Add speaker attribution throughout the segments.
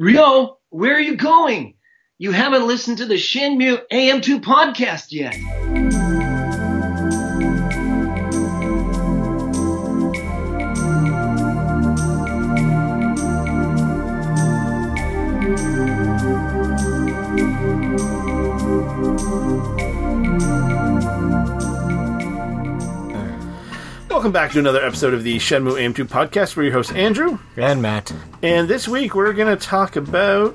Speaker 1: Rio, where are you going? You haven't listened to the Shinmu AM2 podcast yet.
Speaker 2: Welcome back to another episode of the Shenmue AM2 podcast. We're your host, Andrew.
Speaker 3: And Matt.
Speaker 2: And this week we're going to talk about.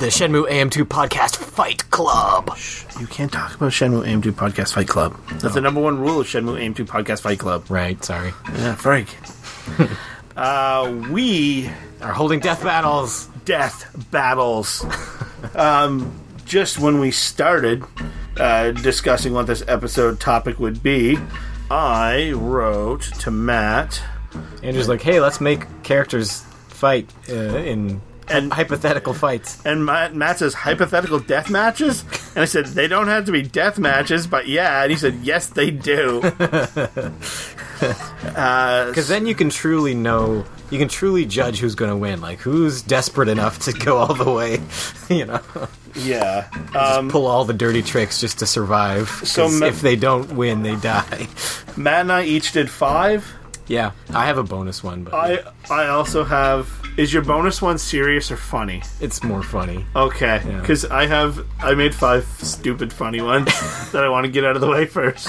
Speaker 3: The Shenmue AM2 Podcast Fight Club.
Speaker 2: You can't talk about Shenmue AM2 Podcast Fight Club. That's the number one rule of Shenmue AM2 Podcast Fight Club.
Speaker 3: Right, sorry.
Speaker 2: Yeah, Frank. uh, we
Speaker 3: Are holding death battles.
Speaker 2: death battles. um, just when we started uh, discussing what this episode topic would be, I wrote to Matt
Speaker 3: Andrew's like, hey, let's make characters fight uh, in
Speaker 2: and
Speaker 3: hypothetical fights.
Speaker 2: And Matt, Matt says hypothetical death matches, and I said they don't have to be death matches, but yeah. And he said yes, they do.
Speaker 3: Because then you can truly know, you can truly judge who's going to win. Like, who's desperate enough to go all the way, you know,
Speaker 2: yeah. Um,
Speaker 3: pull all the dirty tricks just to survive.
Speaker 2: So
Speaker 3: 'Cause
Speaker 2: ma-
Speaker 3: if they don't win, they die.
Speaker 2: Matt and I each did five.
Speaker 3: yeah, I have a bonus one, but
Speaker 2: I I also have. Is your bonus one serious or funny?
Speaker 3: it's more funny.
Speaker 2: Okay,
Speaker 3: Yeah.
Speaker 2: because I have I made five stupid funny ones that I want to get out of the way first.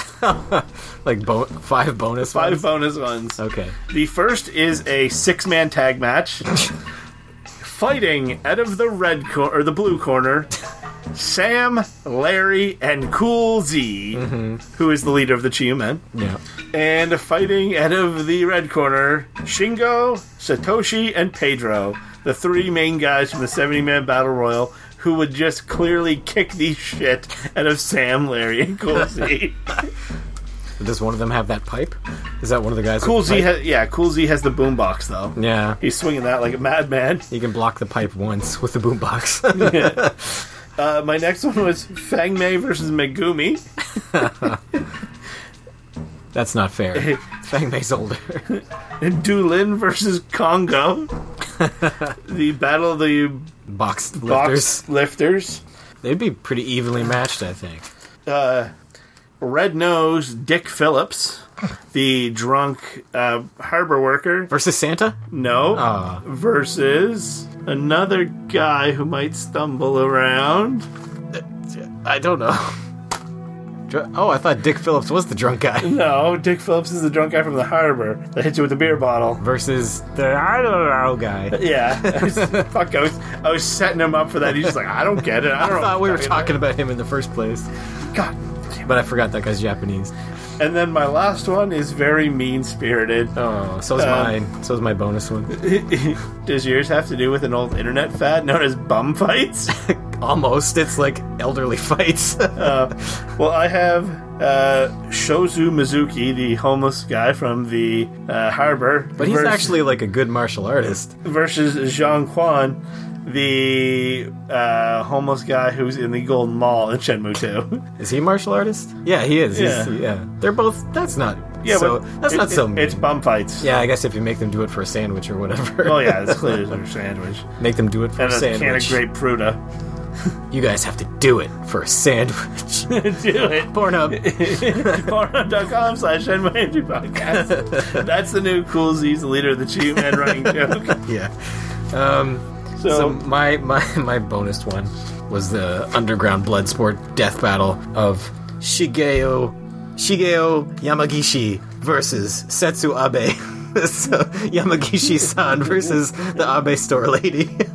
Speaker 3: Like, bo- five bonus
Speaker 2: Five
Speaker 3: ones?
Speaker 2: bonus ones.
Speaker 3: okay.
Speaker 2: The first is a six man tag match. Fighting out of the red cor- or the blue corner, Sam, Larry, and Cool Z, who is the leader of the Chiyu Men.
Speaker 3: Yeah.
Speaker 2: And fighting out of the red corner, Shingo, Satoshi, and Pedro, the three main guys from the 70 man battle royal, who would just clearly kick the shit out of Sam, Larry, and Cool Z.
Speaker 3: Does one of them have that pipe? Is that one of the guys? with
Speaker 2: cool
Speaker 3: the
Speaker 2: Z,
Speaker 3: pipe?
Speaker 2: ha- yeah, Cool Z has the boombox though.
Speaker 3: Yeah,
Speaker 2: He's swinging that like a madman.
Speaker 3: you can block the pipe once with the boombox.
Speaker 2: Uh, my next one was Fang Mei versus Megumi.
Speaker 3: That's not fair. Fang Mei's older.
Speaker 2: And Doolin versus Congo. the Battle of the
Speaker 3: Box lifters.
Speaker 2: Box Lifters.
Speaker 3: They'd be pretty evenly matched, I think.
Speaker 2: Uh, Red Nose Dick Phillips. The drunk uh, harbor worker.
Speaker 3: Versus Santa?
Speaker 2: No.
Speaker 3: Ah.
Speaker 2: Versus another guy who might stumble around.
Speaker 3: I don't know. Dr- Oh, I thought Dick Phillips was the drunk guy.
Speaker 2: No, Dick Phillips is the drunk guy from the harbor that hits you with a beer bottle.
Speaker 3: Versus the I don't know guy.
Speaker 2: Yeah. Fuck, I was, I was setting him up for that. He's just like, I don't get it. I don't
Speaker 3: I
Speaker 2: know.
Speaker 3: thought
Speaker 2: what
Speaker 3: we were
Speaker 2: you're
Speaker 3: talking about him in the first place,
Speaker 2: about." God.
Speaker 3: but I forgot that guy's Japanese.
Speaker 2: And then my last one is very mean spirited.
Speaker 3: Oh, so's
Speaker 2: Uh,
Speaker 3: mine. So's my bonus one.
Speaker 2: Does yours have to do with an old internet fad known as bum fights?
Speaker 3: Almost. It's like elderly fights.
Speaker 2: Uh, well, I have uh, Shozu Mizuki, the homeless guy from the uh, harbor,
Speaker 3: but he's
Speaker 2: vers-
Speaker 3: actually like a good martial artist.
Speaker 2: versus Zhang Quan, the uh, homeless guy who's in the Golden Mall in Shenmue Two.
Speaker 3: Is he a martial artist? Yeah, he is. He's-
Speaker 2: Yeah.
Speaker 3: Yeah. They're both. That's not. Yeah, so, that's
Speaker 2: it-
Speaker 3: not so.
Speaker 2: it-
Speaker 3: mean.
Speaker 2: It's bum fights.
Speaker 3: yeah, I guess if you make them do it for a sandwich or whatever.
Speaker 2: Well, Oh, yeah, it's clearly their sandwich
Speaker 3: make them do it for
Speaker 2: and
Speaker 3: a
Speaker 2: a can of
Speaker 3: sandwich.
Speaker 2: grape Pruda.
Speaker 3: You guys have to do it for a sandwich.
Speaker 2: do it.
Speaker 3: Pornhub.
Speaker 2: Pornhub.com slash NYMG podcast. That's the new Cool Z's leader of the Chew Man running joke.
Speaker 3: yeah. Um,
Speaker 2: So,
Speaker 3: so my my my bonus one was the underground blood sport death battle of Shigeo Shigeo Yamagishi versus Setsu Abe. so Yamagishi-san versus the Abe store lady.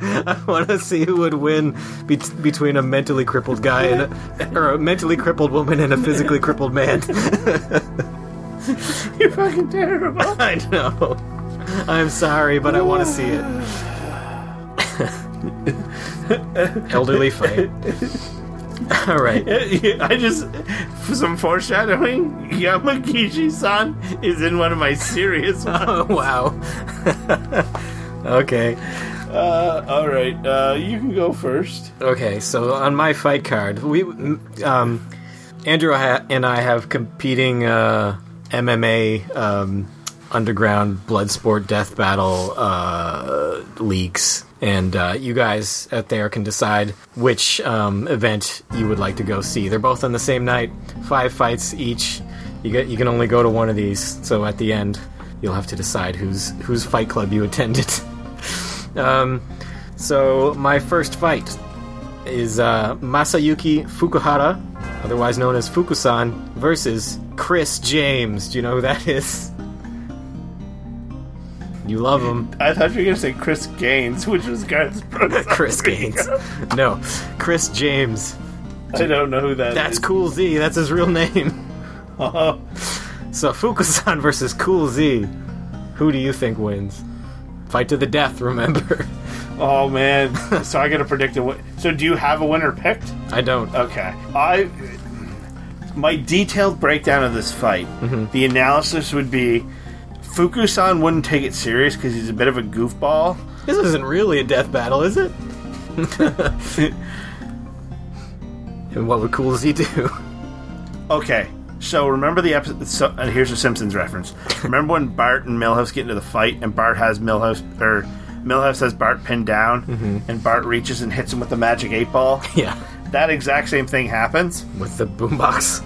Speaker 3: I want to see who would win bet between a mentally crippled guy and a, or a mentally crippled woman and a physically crippled man.
Speaker 2: you're fucking terrible.
Speaker 3: I know. I'm sorry, but I want to see it. Elderly fight. All right.
Speaker 2: I just, for some foreshadowing, Yamagishi san is in one of my serious ones.
Speaker 3: Oh, wow. okay.
Speaker 2: Uh, all right, uh, you can go first.
Speaker 3: Okay. So on my fight card, we um, Andrew ha- and I have competing uh, MMA um, underground bloodsport death battle uh, leagues, and uh, you guys out there can decide which um, event you would like to go see. They're both on the same night, five fights each. You get you can only go to one of these, so at the end you'll have to decide whose whose fight club you attended. um, so my first fight is uh, Masayuki Fukuhara, otherwise known as Fukusan, versus Chris James. Do you know who that is? You love him.
Speaker 2: I thought you were gonna say Chris Gaines, which was Garth's brother.
Speaker 3: Chris Gaines. No, Chris James.
Speaker 2: I don't know who that
Speaker 3: That's
Speaker 2: is.
Speaker 3: Cool Z. That's his real name.
Speaker 2: Oh,
Speaker 3: So Fukusan versus Cool Z. Who do you think wins? Fight to the death, remember.
Speaker 2: oh man. so I gotta predict a win. So do you have a winner picked?
Speaker 3: I don't.
Speaker 2: Okay. I my detailed breakdown of this fight, the analysis would be Fukusan wouldn't take it serious because he's a bit of a goofball.
Speaker 3: This isn't really a death battle, is it? and what would Cool Z do?
Speaker 2: Okay, so remember the episode. So, and here's a Simpsons reference. Remember when Bart and Millhouse get into the fight, and Bart has Millhouse or Millhouse has Bart pinned down, and Bart reaches and hits him with the magic eight ball.
Speaker 3: Yeah,
Speaker 2: That exact same thing happens.
Speaker 3: with the boombox.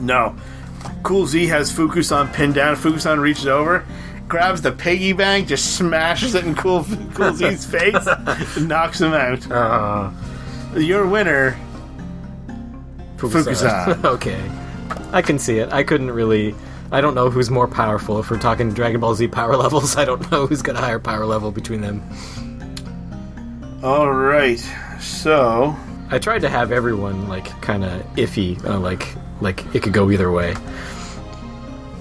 Speaker 2: No, Cool Z has Fukusan pinned down. Fukusan reaches over. Grabs the piggy bank, just smashes it in Cool, cool Z's face, and knocks him out.
Speaker 3: Uh,
Speaker 2: Your winner, Fukusan.
Speaker 3: okay. I can see it. I couldn't really. I don't know who's more powerful. If we're talking Dragon Ball Z power levels, I don't know who's got a higher power level between them.
Speaker 2: All right, so
Speaker 3: I tried to have everyone like kind of iffy, uh, like like it could go either way.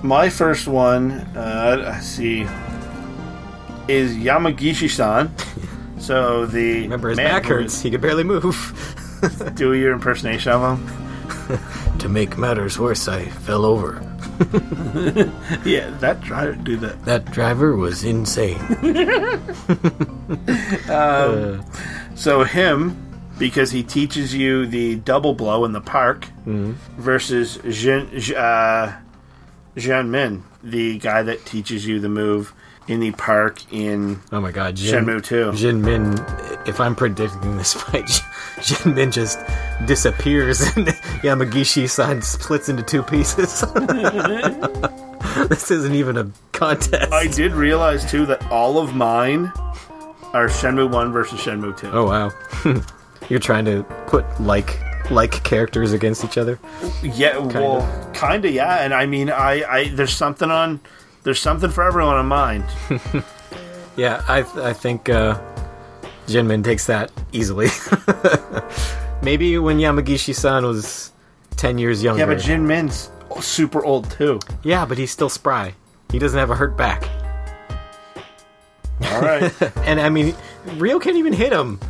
Speaker 2: My first one, uh, I see, is Yamagishi-san. So the
Speaker 3: Remember, his
Speaker 2: man
Speaker 3: back
Speaker 2: who-
Speaker 3: hurts; he could barely move.
Speaker 2: Do your impersonation of him.
Speaker 3: to make matters worse, I fell over.
Speaker 2: Yeah, that try to do that.
Speaker 3: That driver was insane.
Speaker 2: So him, because he teaches you the double blow in the park, versus Jin, J- uh, Jianmin, the guy that teaches you the move in the park in
Speaker 3: Oh my god, Jin,
Speaker 2: Shenmue 2.
Speaker 3: Jin Min, if I'm predicting this fight, Jin Min just disappears and Yamagishi san splits into two pieces. this isn't even a contest.
Speaker 2: I did realize too that all of mine are Shenmue 1 versus Shenmue 2.
Speaker 3: oh wow. You're trying to put like like characters against each other.
Speaker 2: Yeah, well, kind of, yeah. And I mean, I, I, there's something on, there's something for everyone on mind.
Speaker 3: Yeah, I th- I think uh, Jin Min takes that easily. Maybe when Yamagishi san was 10 years younger.
Speaker 2: yeah, but Jin Min's super old too.
Speaker 3: yeah, but he's still spry. He doesn't have a hurt back.
Speaker 2: All right,
Speaker 3: And I mean, Rio can't even hit him.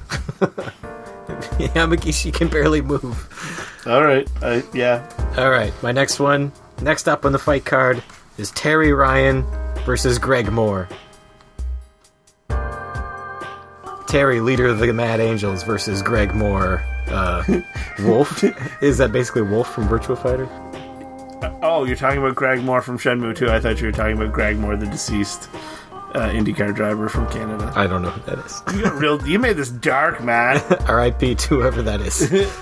Speaker 3: Yamagishi can barely move.
Speaker 2: all right, uh, yeah.
Speaker 3: All right, my next one. Next up on the fight card is Terry Ryan versus Greg Moore. Terry, leader of the Mad Angels, versus Greg Moore, uh, Wolf. is that basically Wolf from Virtua Fighter?
Speaker 2: Oh, you're talking about Greg Moore from Shenmue 2. I thought you were talking about Greg Moore, the deceased uh, IndyCar driver from Canada.
Speaker 3: I don't know who that is.
Speaker 2: You got real. You made this dark, man.
Speaker 3: R.I.P. to whoever that is.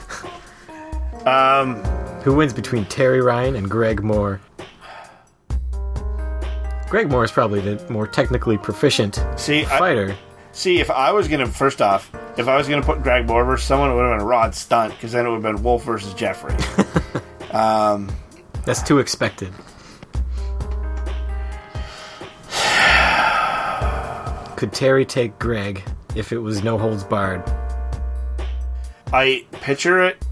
Speaker 2: Um,
Speaker 3: Who wins between Terry Ryan and Greg Moore? Greg Moore is probably the more technically proficient
Speaker 2: see, I,
Speaker 3: fighter.
Speaker 2: see, if I was gonna first off, if I was gonna put Greg Moore versus someone, it would have been Rod Stunt because then it would have been Wolf versus Jeffrey.
Speaker 3: That's too expected. Could Terry take Greg if it was no holds barred?
Speaker 2: I picture it,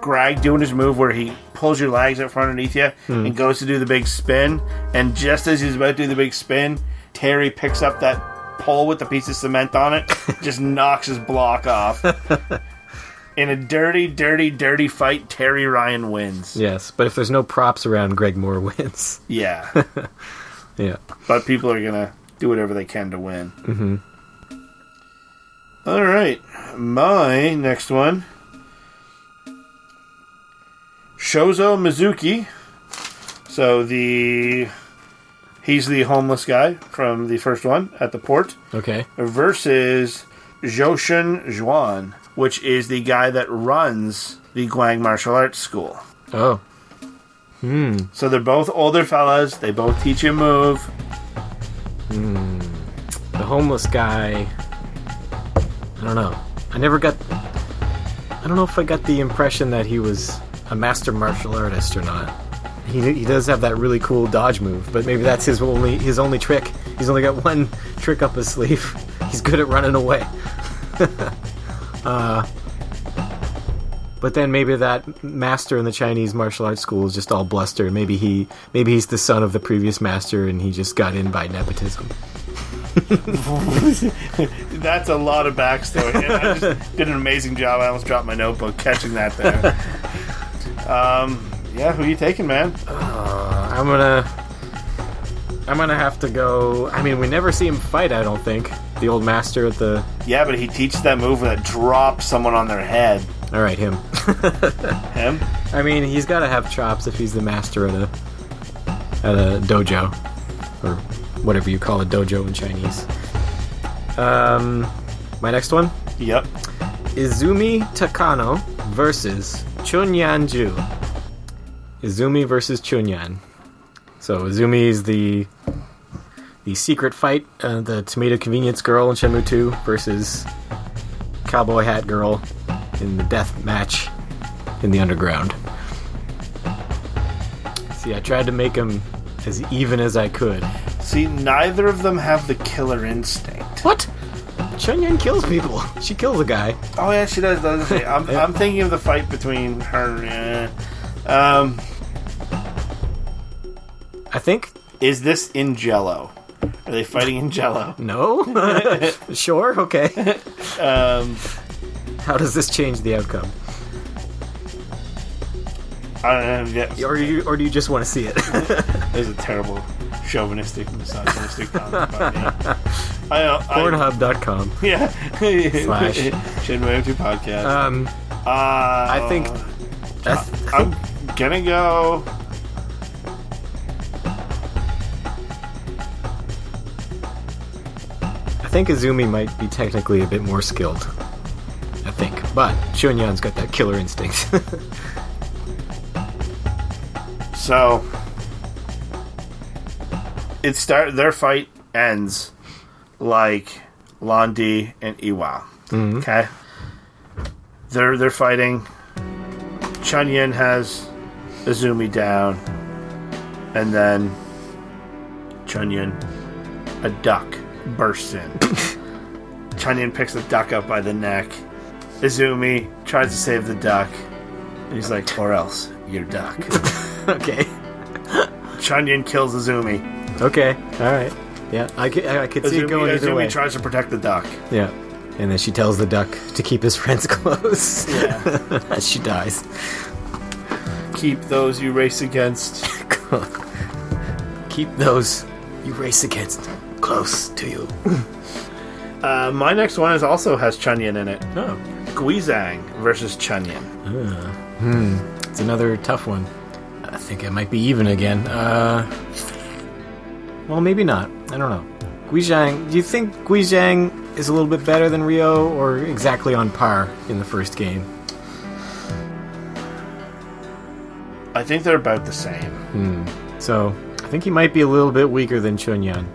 Speaker 2: Greg doing his move where he pulls your legs out from underneath you and goes to do the big spin. And just as he's about to do the big spin, Terry picks up that pole with the piece of cement on it, just knocks his block off. In a dirty, dirty, dirty fight, Terry Ryan wins.
Speaker 3: Yes, but if there's no props around, Greg Moore wins.
Speaker 2: Yeah.
Speaker 3: Yeah.
Speaker 2: but people are going to do whatever they can to win. Mm-hmm. All right. My next one Shozo Mizuki. So the He's the homeless guy from the first one at the port
Speaker 3: Okay.
Speaker 2: versus Joshin Juan, which is the guy that runs the Guang Martial Arts School.
Speaker 3: Oh.
Speaker 2: So they're both older fellas. They both teach you move.
Speaker 3: The homeless guy. I don't know. I never got. I don't know if I got the impression that he was a master martial artist or not. He, he does have that really cool dodge move, but maybe that's his only his only trick. He's only got one trick up his sleeve. He's good at running away. uh, but then maybe that master in the Chinese martial arts school is just all bluster. Maybe he maybe he's the son of the previous master and he just got in by nepotism.
Speaker 2: That's a lot of backstory. and I just did an amazing job. I almost dropped my notebook catching that there. um, yeah, who you taking, man?
Speaker 3: I'm gonna. I'm gonna have to go. I mean, we never see him fight. I don't think the old master at the.
Speaker 2: Yeah, but he teaches that move that drops someone on their head.
Speaker 3: All right, him.
Speaker 2: Him?
Speaker 3: I mean, he's got to have chops if he's the master at a at a dojo or whatever you call a dojo in Chinese. Um, my next one,
Speaker 2: Yep.
Speaker 3: Izumi Takano versus Chunyanju. Izumi versus Chunyan. So Izumi is the the secret fight, uh, the tomato convenience girl in Shenmue 2 versus cowboy hat girl in the death match in the underground. See, I tried to make them as even as I could.
Speaker 2: See, neither of them have the killer instinct.
Speaker 3: What? Chunyan kills people. She kills a guy.
Speaker 2: Oh yeah, she does. Doesn't she? I'm, I'm thinking of the fight between her. Uh, um,
Speaker 3: I think
Speaker 2: is this in Jello? Are they fighting in Jello?
Speaker 3: No? sure, okay.
Speaker 2: Um,
Speaker 3: How does this change the outcome?
Speaker 2: I don't know. Yeah,
Speaker 3: Or you or do you just want to see it?
Speaker 2: There's a terrible chauvinistic, misogynistic comment about me. I, uh, I,
Speaker 3: Pornhub.com.
Speaker 2: Yeah.
Speaker 3: Slash.
Speaker 2: Shinway Two podcast.
Speaker 3: Um
Speaker 2: uh, I
Speaker 3: think- I th-
Speaker 2: I'm gonna go.
Speaker 3: I think Izumi might be technically a bit more skilled. I think. But Shunyan's got that killer instinct.
Speaker 2: So it start their fight ends like Londi and Iwa. Okay, they're they're fighting. Chunyin has Izumi down, and then Chunyin, a duck bursts in. Chunyin picks the duck up by the neck. Izumi tries to save the duck, and he's like, "Or else, your duck."
Speaker 3: okay.
Speaker 2: Chunyan kills Izumi.
Speaker 3: Okay. All right. Yeah, I could, I could see it
Speaker 2: Izumi,
Speaker 3: going either
Speaker 2: Izumi
Speaker 3: way.
Speaker 2: tries to protect the duck.
Speaker 3: yeah. And then she tells the duck to keep his friends close. Yeah. she dies.
Speaker 2: Keep those you race against.
Speaker 3: Keep those you race against close to you.
Speaker 2: Uh, my next one is also has Chunyan in it.
Speaker 3: No.
Speaker 2: Guizang versus Chunyan.
Speaker 3: It's another tough one. I think it might be even again. Uh, well, maybe not. I don't know. Guizhang, do you think Guizhang is a little bit better than Rio or exactly on par in the first game?
Speaker 2: I think they're about the same.
Speaker 3: So I think he might be a little bit weaker than Chunyan.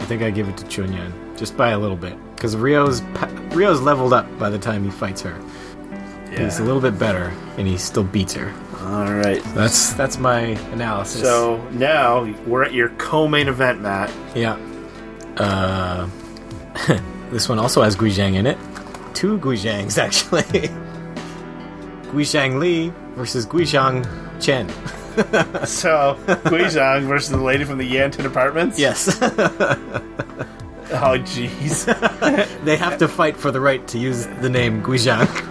Speaker 3: I think I give it to Chunyan just by a little bit because Rio's pa- Rio's leveled up by the time he fights her. He's a little bit better and he still beats her.
Speaker 2: All right.
Speaker 3: That's that's my analysis.
Speaker 2: So now we're at your co-main event, Matt.
Speaker 3: Yeah. Uh, this one also has Guizhang in it. Two Guizhangs, actually. Guizhang Li versus Guizhang Chen.
Speaker 2: So Guizang versus the lady from the Yantin Apartments.
Speaker 3: Yes.
Speaker 2: Oh, jeez.
Speaker 3: they have to fight for the right to use the name Guizhang.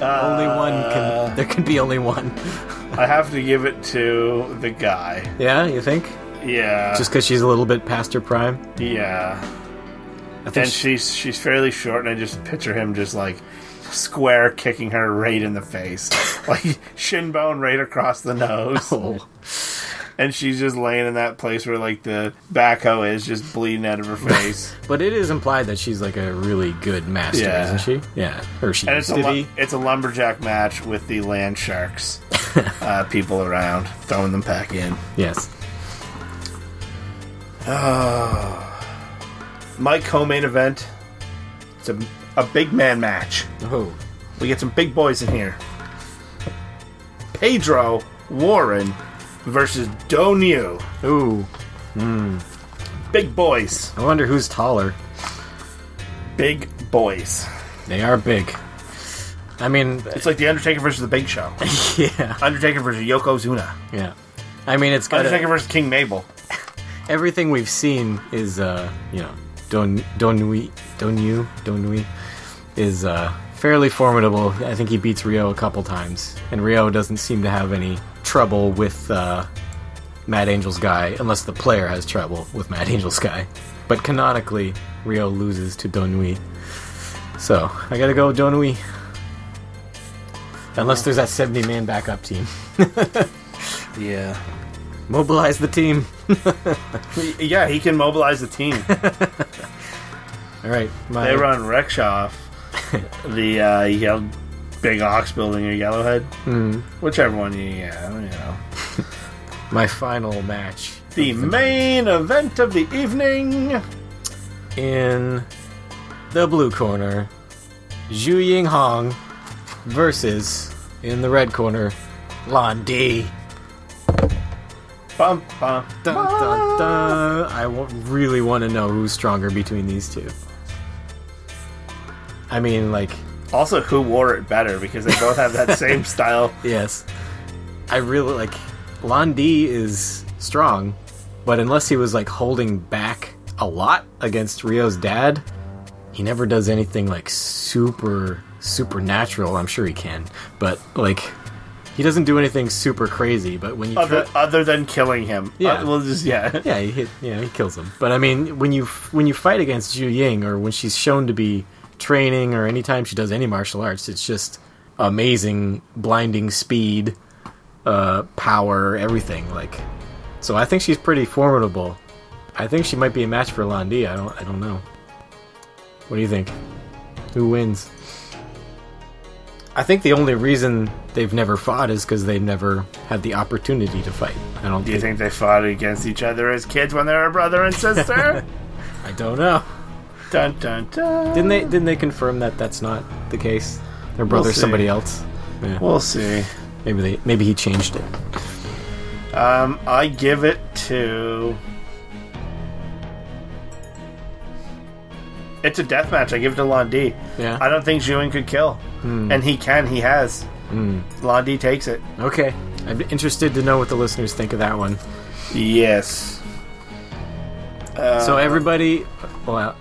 Speaker 3: only one
Speaker 2: Uh.
Speaker 3: can. There can be only one.
Speaker 2: I have to give it to the guy.
Speaker 3: Yeah, you think?
Speaker 2: Yeah.
Speaker 3: Just because she's a little bit past her prime?
Speaker 2: yeah.
Speaker 3: I think
Speaker 2: And
Speaker 3: she-
Speaker 2: she's she's fairly short, and I just picture him just like square kicking her right in the face, like shin bone right across the nose.
Speaker 3: Oh.
Speaker 2: and she's just laying in that place where like the backhoe is just bleeding out of her face.
Speaker 3: But it is implied that she's like a really good master,
Speaker 2: Yeah.
Speaker 3: isn't she? Yeah, or she
Speaker 2: And
Speaker 3: used
Speaker 2: it's a
Speaker 3: to
Speaker 2: lu-
Speaker 3: be.
Speaker 2: it's a lumberjack match with the land sharks, uh, people around throwing them back in.
Speaker 3: Yes.
Speaker 2: My co-main event. It's a, a big man match.
Speaker 3: Oh,
Speaker 2: We get some big boys in here. Pedro Warren versus Donu.
Speaker 3: ooh.
Speaker 2: Big boys.
Speaker 3: I wonder who's taller.
Speaker 2: Big boys.
Speaker 3: They are big. I mean,
Speaker 2: It's like The Undertaker versus The Big Show.
Speaker 3: yeah,
Speaker 2: Undertaker versus Yokozuna.
Speaker 3: yeah. I mean, it's got
Speaker 2: Undertaker
Speaker 3: a,
Speaker 2: versus King Mabel.
Speaker 3: everything we've seen is, uh, you know, Don Donui Donu Donui is uh, fairly formidable. I think he beats Rio a couple times, and Rio doesn't seem to have any trouble with uh, Mad Angel's guy, unless the player has trouble with Mad Angel's guy. But canonically, Rio loses to Donui. So I gotta go with Donui. Unless there's that 70 man backup team.
Speaker 2: Yeah.
Speaker 3: Mobilize the team.
Speaker 2: Yeah, he can mobilize the team.
Speaker 3: All right, my
Speaker 2: they run Rekshoff, the uh, yell, big ox building or Yellowhead. Hmm. Whichever one you, yeah, you know.
Speaker 3: my final match
Speaker 2: The main event of the evening.
Speaker 3: in the blue corner, Zhu Ying Hong versus in the red corner, Lon D.
Speaker 2: Bum, bum,
Speaker 3: Dun, dun, dun.
Speaker 2: Ah.
Speaker 3: I w- really want to know who's stronger between these two. I mean, like,
Speaker 2: Also, who wore it better because they both have that same style.
Speaker 3: yes, I really like Lon D is strong, but unless he was like holding back a lot against Rio's dad, he never does anything like super supernatural. I'm sure he can, but like he doesn't do anything super crazy. But when you
Speaker 2: Other,
Speaker 3: try-
Speaker 2: other than killing him,
Speaker 3: Yeah.
Speaker 2: Uh, well, just yeah.
Speaker 3: yeah, he hit, yeah, he kills him. But I mean, when you when you fight against Zhu Ying, or when she's shown to be training, or anytime she does any martial arts, it's just amazing, blinding speed, uh, power, everything. Like, so I think she's pretty formidable. I think she might be a match for Londi. I don't, I don't know. What do you think? Who wins? I think the only reason they've never fought is because they've never had the opportunity to fight. I don't
Speaker 2: Do you think they fought against each other as kids when they were brother and sister?
Speaker 3: I don't know.
Speaker 2: dun dun dun.
Speaker 3: Didn't they? Didn't they confirm that that's not the case? Their brother's
Speaker 2: see.
Speaker 3: somebody else.
Speaker 2: We'll see.
Speaker 3: Maybe they. Maybe he changed it.
Speaker 2: Um, I give it to. It's a death match. I give it to Londi.
Speaker 3: Yeah. Hmm.
Speaker 2: I don't think Zhuin could kill, and he can. He has. Londi takes it.
Speaker 3: Okay. I'm interested to know what the listeners think of that one.
Speaker 2: Yes.
Speaker 3: so everybody, well,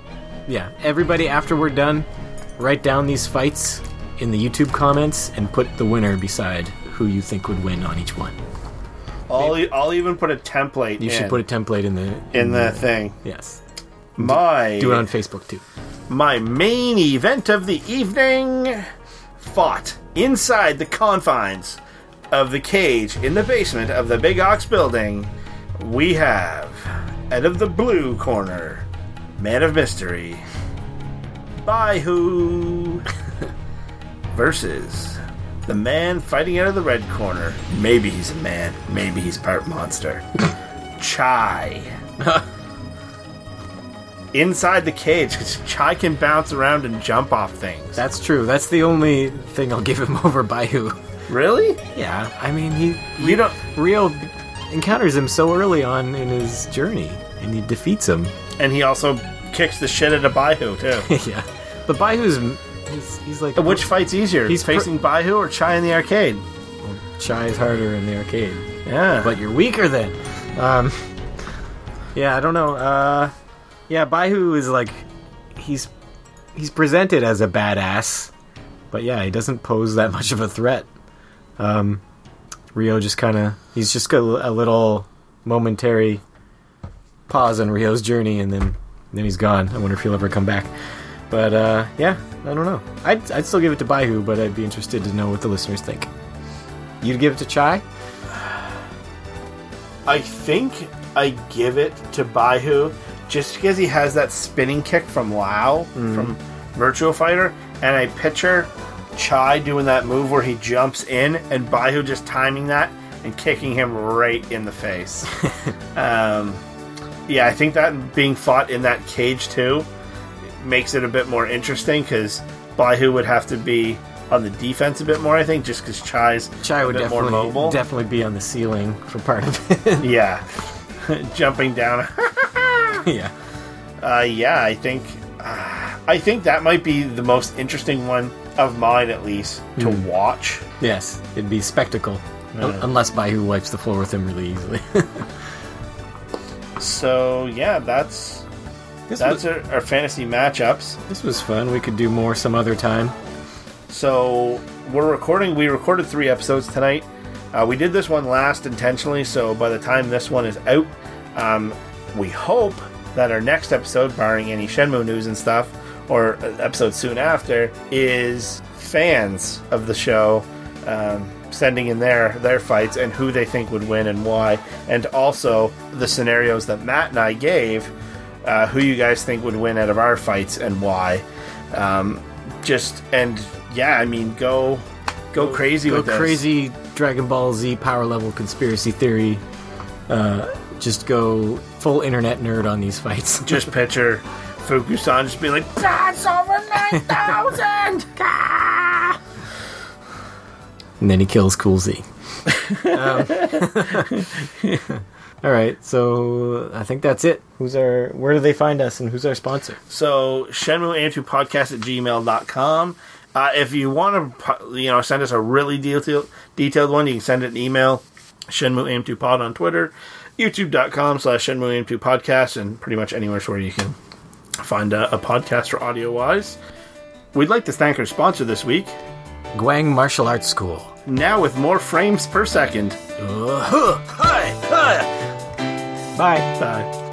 Speaker 3: yeah, everybody. After we're done, write down these fights in the YouTube comments and put the winner beside who you think would win on each one.
Speaker 2: I'll, I'll even put a template.
Speaker 3: You should put Hmm. a template in the.
Speaker 2: in the thing.
Speaker 3: Yes.
Speaker 2: My
Speaker 3: Do it on Facebook too.
Speaker 2: my main event of the evening fought inside the confines of the cage in the basement of the Big Ox building. We have out of the blue corner, Man of Mystery, by who versus the man fighting out of the red corner. Maybe he's a man, maybe he's part monster. Chai inside the cage because Chai can bounce around and jump off things.
Speaker 3: That's true. That's the only thing I'll give him over by who.
Speaker 2: Really?
Speaker 3: Yeah. I mean, he
Speaker 2: You don't.
Speaker 3: Rio encounters him so early on in his journey, and he defeats him.
Speaker 2: And he also kicks the shit out of Baihu too.
Speaker 3: yeah, but Baihu's he's, he's like
Speaker 2: Which fight's easier?
Speaker 3: He's
Speaker 2: He's
Speaker 3: pr-
Speaker 2: facing Baihu or Chai in the arcade?
Speaker 3: Chai is harder in the arcade,
Speaker 2: Yeah.
Speaker 3: but you're weaker then. Um, yeah, I don't know. Uh, yeah, Baihu is like he's he's presented as a badass, but yeah, he doesn't pose that much of a threat. Um, Rio just kind of he's just got a little momentary pause on Rio's journey, and then then he's gone. I wonder if he'll ever come back. But uh, yeah, I don't know. I'd, I'd still give it to Baihu, but I'd be interested to know what the listeners think. You'd give it to Chai?
Speaker 2: I think I give it to Baihu just because he has that spinning kick from Lao
Speaker 3: Mm-hmm.
Speaker 2: from Virtua Fighter, and I picture Chai doing that move where he jumps in and Baihu just timing that and kicking him right in the face. um, yeah, I think that being fought in that cage too makes it a bit more interesting because Baihu would have to be on the defense a bit more, I think, just because Chai's
Speaker 3: Chai would
Speaker 2: a bit
Speaker 3: definitely
Speaker 2: more mobile.
Speaker 3: definitely be on the ceiling for part of it.
Speaker 2: Yeah, jumping down.
Speaker 3: yeah.
Speaker 2: Uh, yeah, I think uh, I think that might be the most interesting one of mine, at least, to watch.
Speaker 3: Yes, it'd be spectacle. Un-
Speaker 2: Yeah.
Speaker 3: Unless Baihu wipes the floor with him really easily.
Speaker 2: So yeah, that's
Speaker 3: this,
Speaker 2: that's
Speaker 3: was,
Speaker 2: our, our fantasy matchups.
Speaker 3: this was fun. We could do more some other time.
Speaker 2: So we're recording. We recorded three episodes tonight. Uh, we did this one last intentionally, so by the time this one is out, um, we hope that our next episode, barring any Shenmue news and stuff, or an episode soon after, is fans of the show um, sending in their their fights and who they think would win and why, and also the scenarios that Matt and I gave, uh, who you guys think would win out of our fights and why. Um, just and yeah, I mean, go go, crazy
Speaker 3: Go
Speaker 2: with this.
Speaker 3: crazy Dragon Ball Z power level conspiracy theory. Uh, just go full internet nerd on these fights.
Speaker 2: just picture Fukusan just being like, that's over 9,000! Ah!
Speaker 3: and then he kills Cool Z. Um, All right, so I think that's it. Who's our? Where do they find us, and who's our sponsor?
Speaker 2: so, Shenmue Podcast at gmail.com. Uh, if you want to, you know, send us a really detailed, detailed one, you can send it an email, shenmueam2pod on Twitter, youtube.com slash shenmueam2podcast, and pretty much anywhere where you can find uh, a, a podcast or audio-wise. We'd like to thank our sponsor this week,
Speaker 3: Guang Martial Arts School.
Speaker 2: now with more frames per second.
Speaker 3: Uh-huh. Hi, hi. Bye.
Speaker 2: Bye.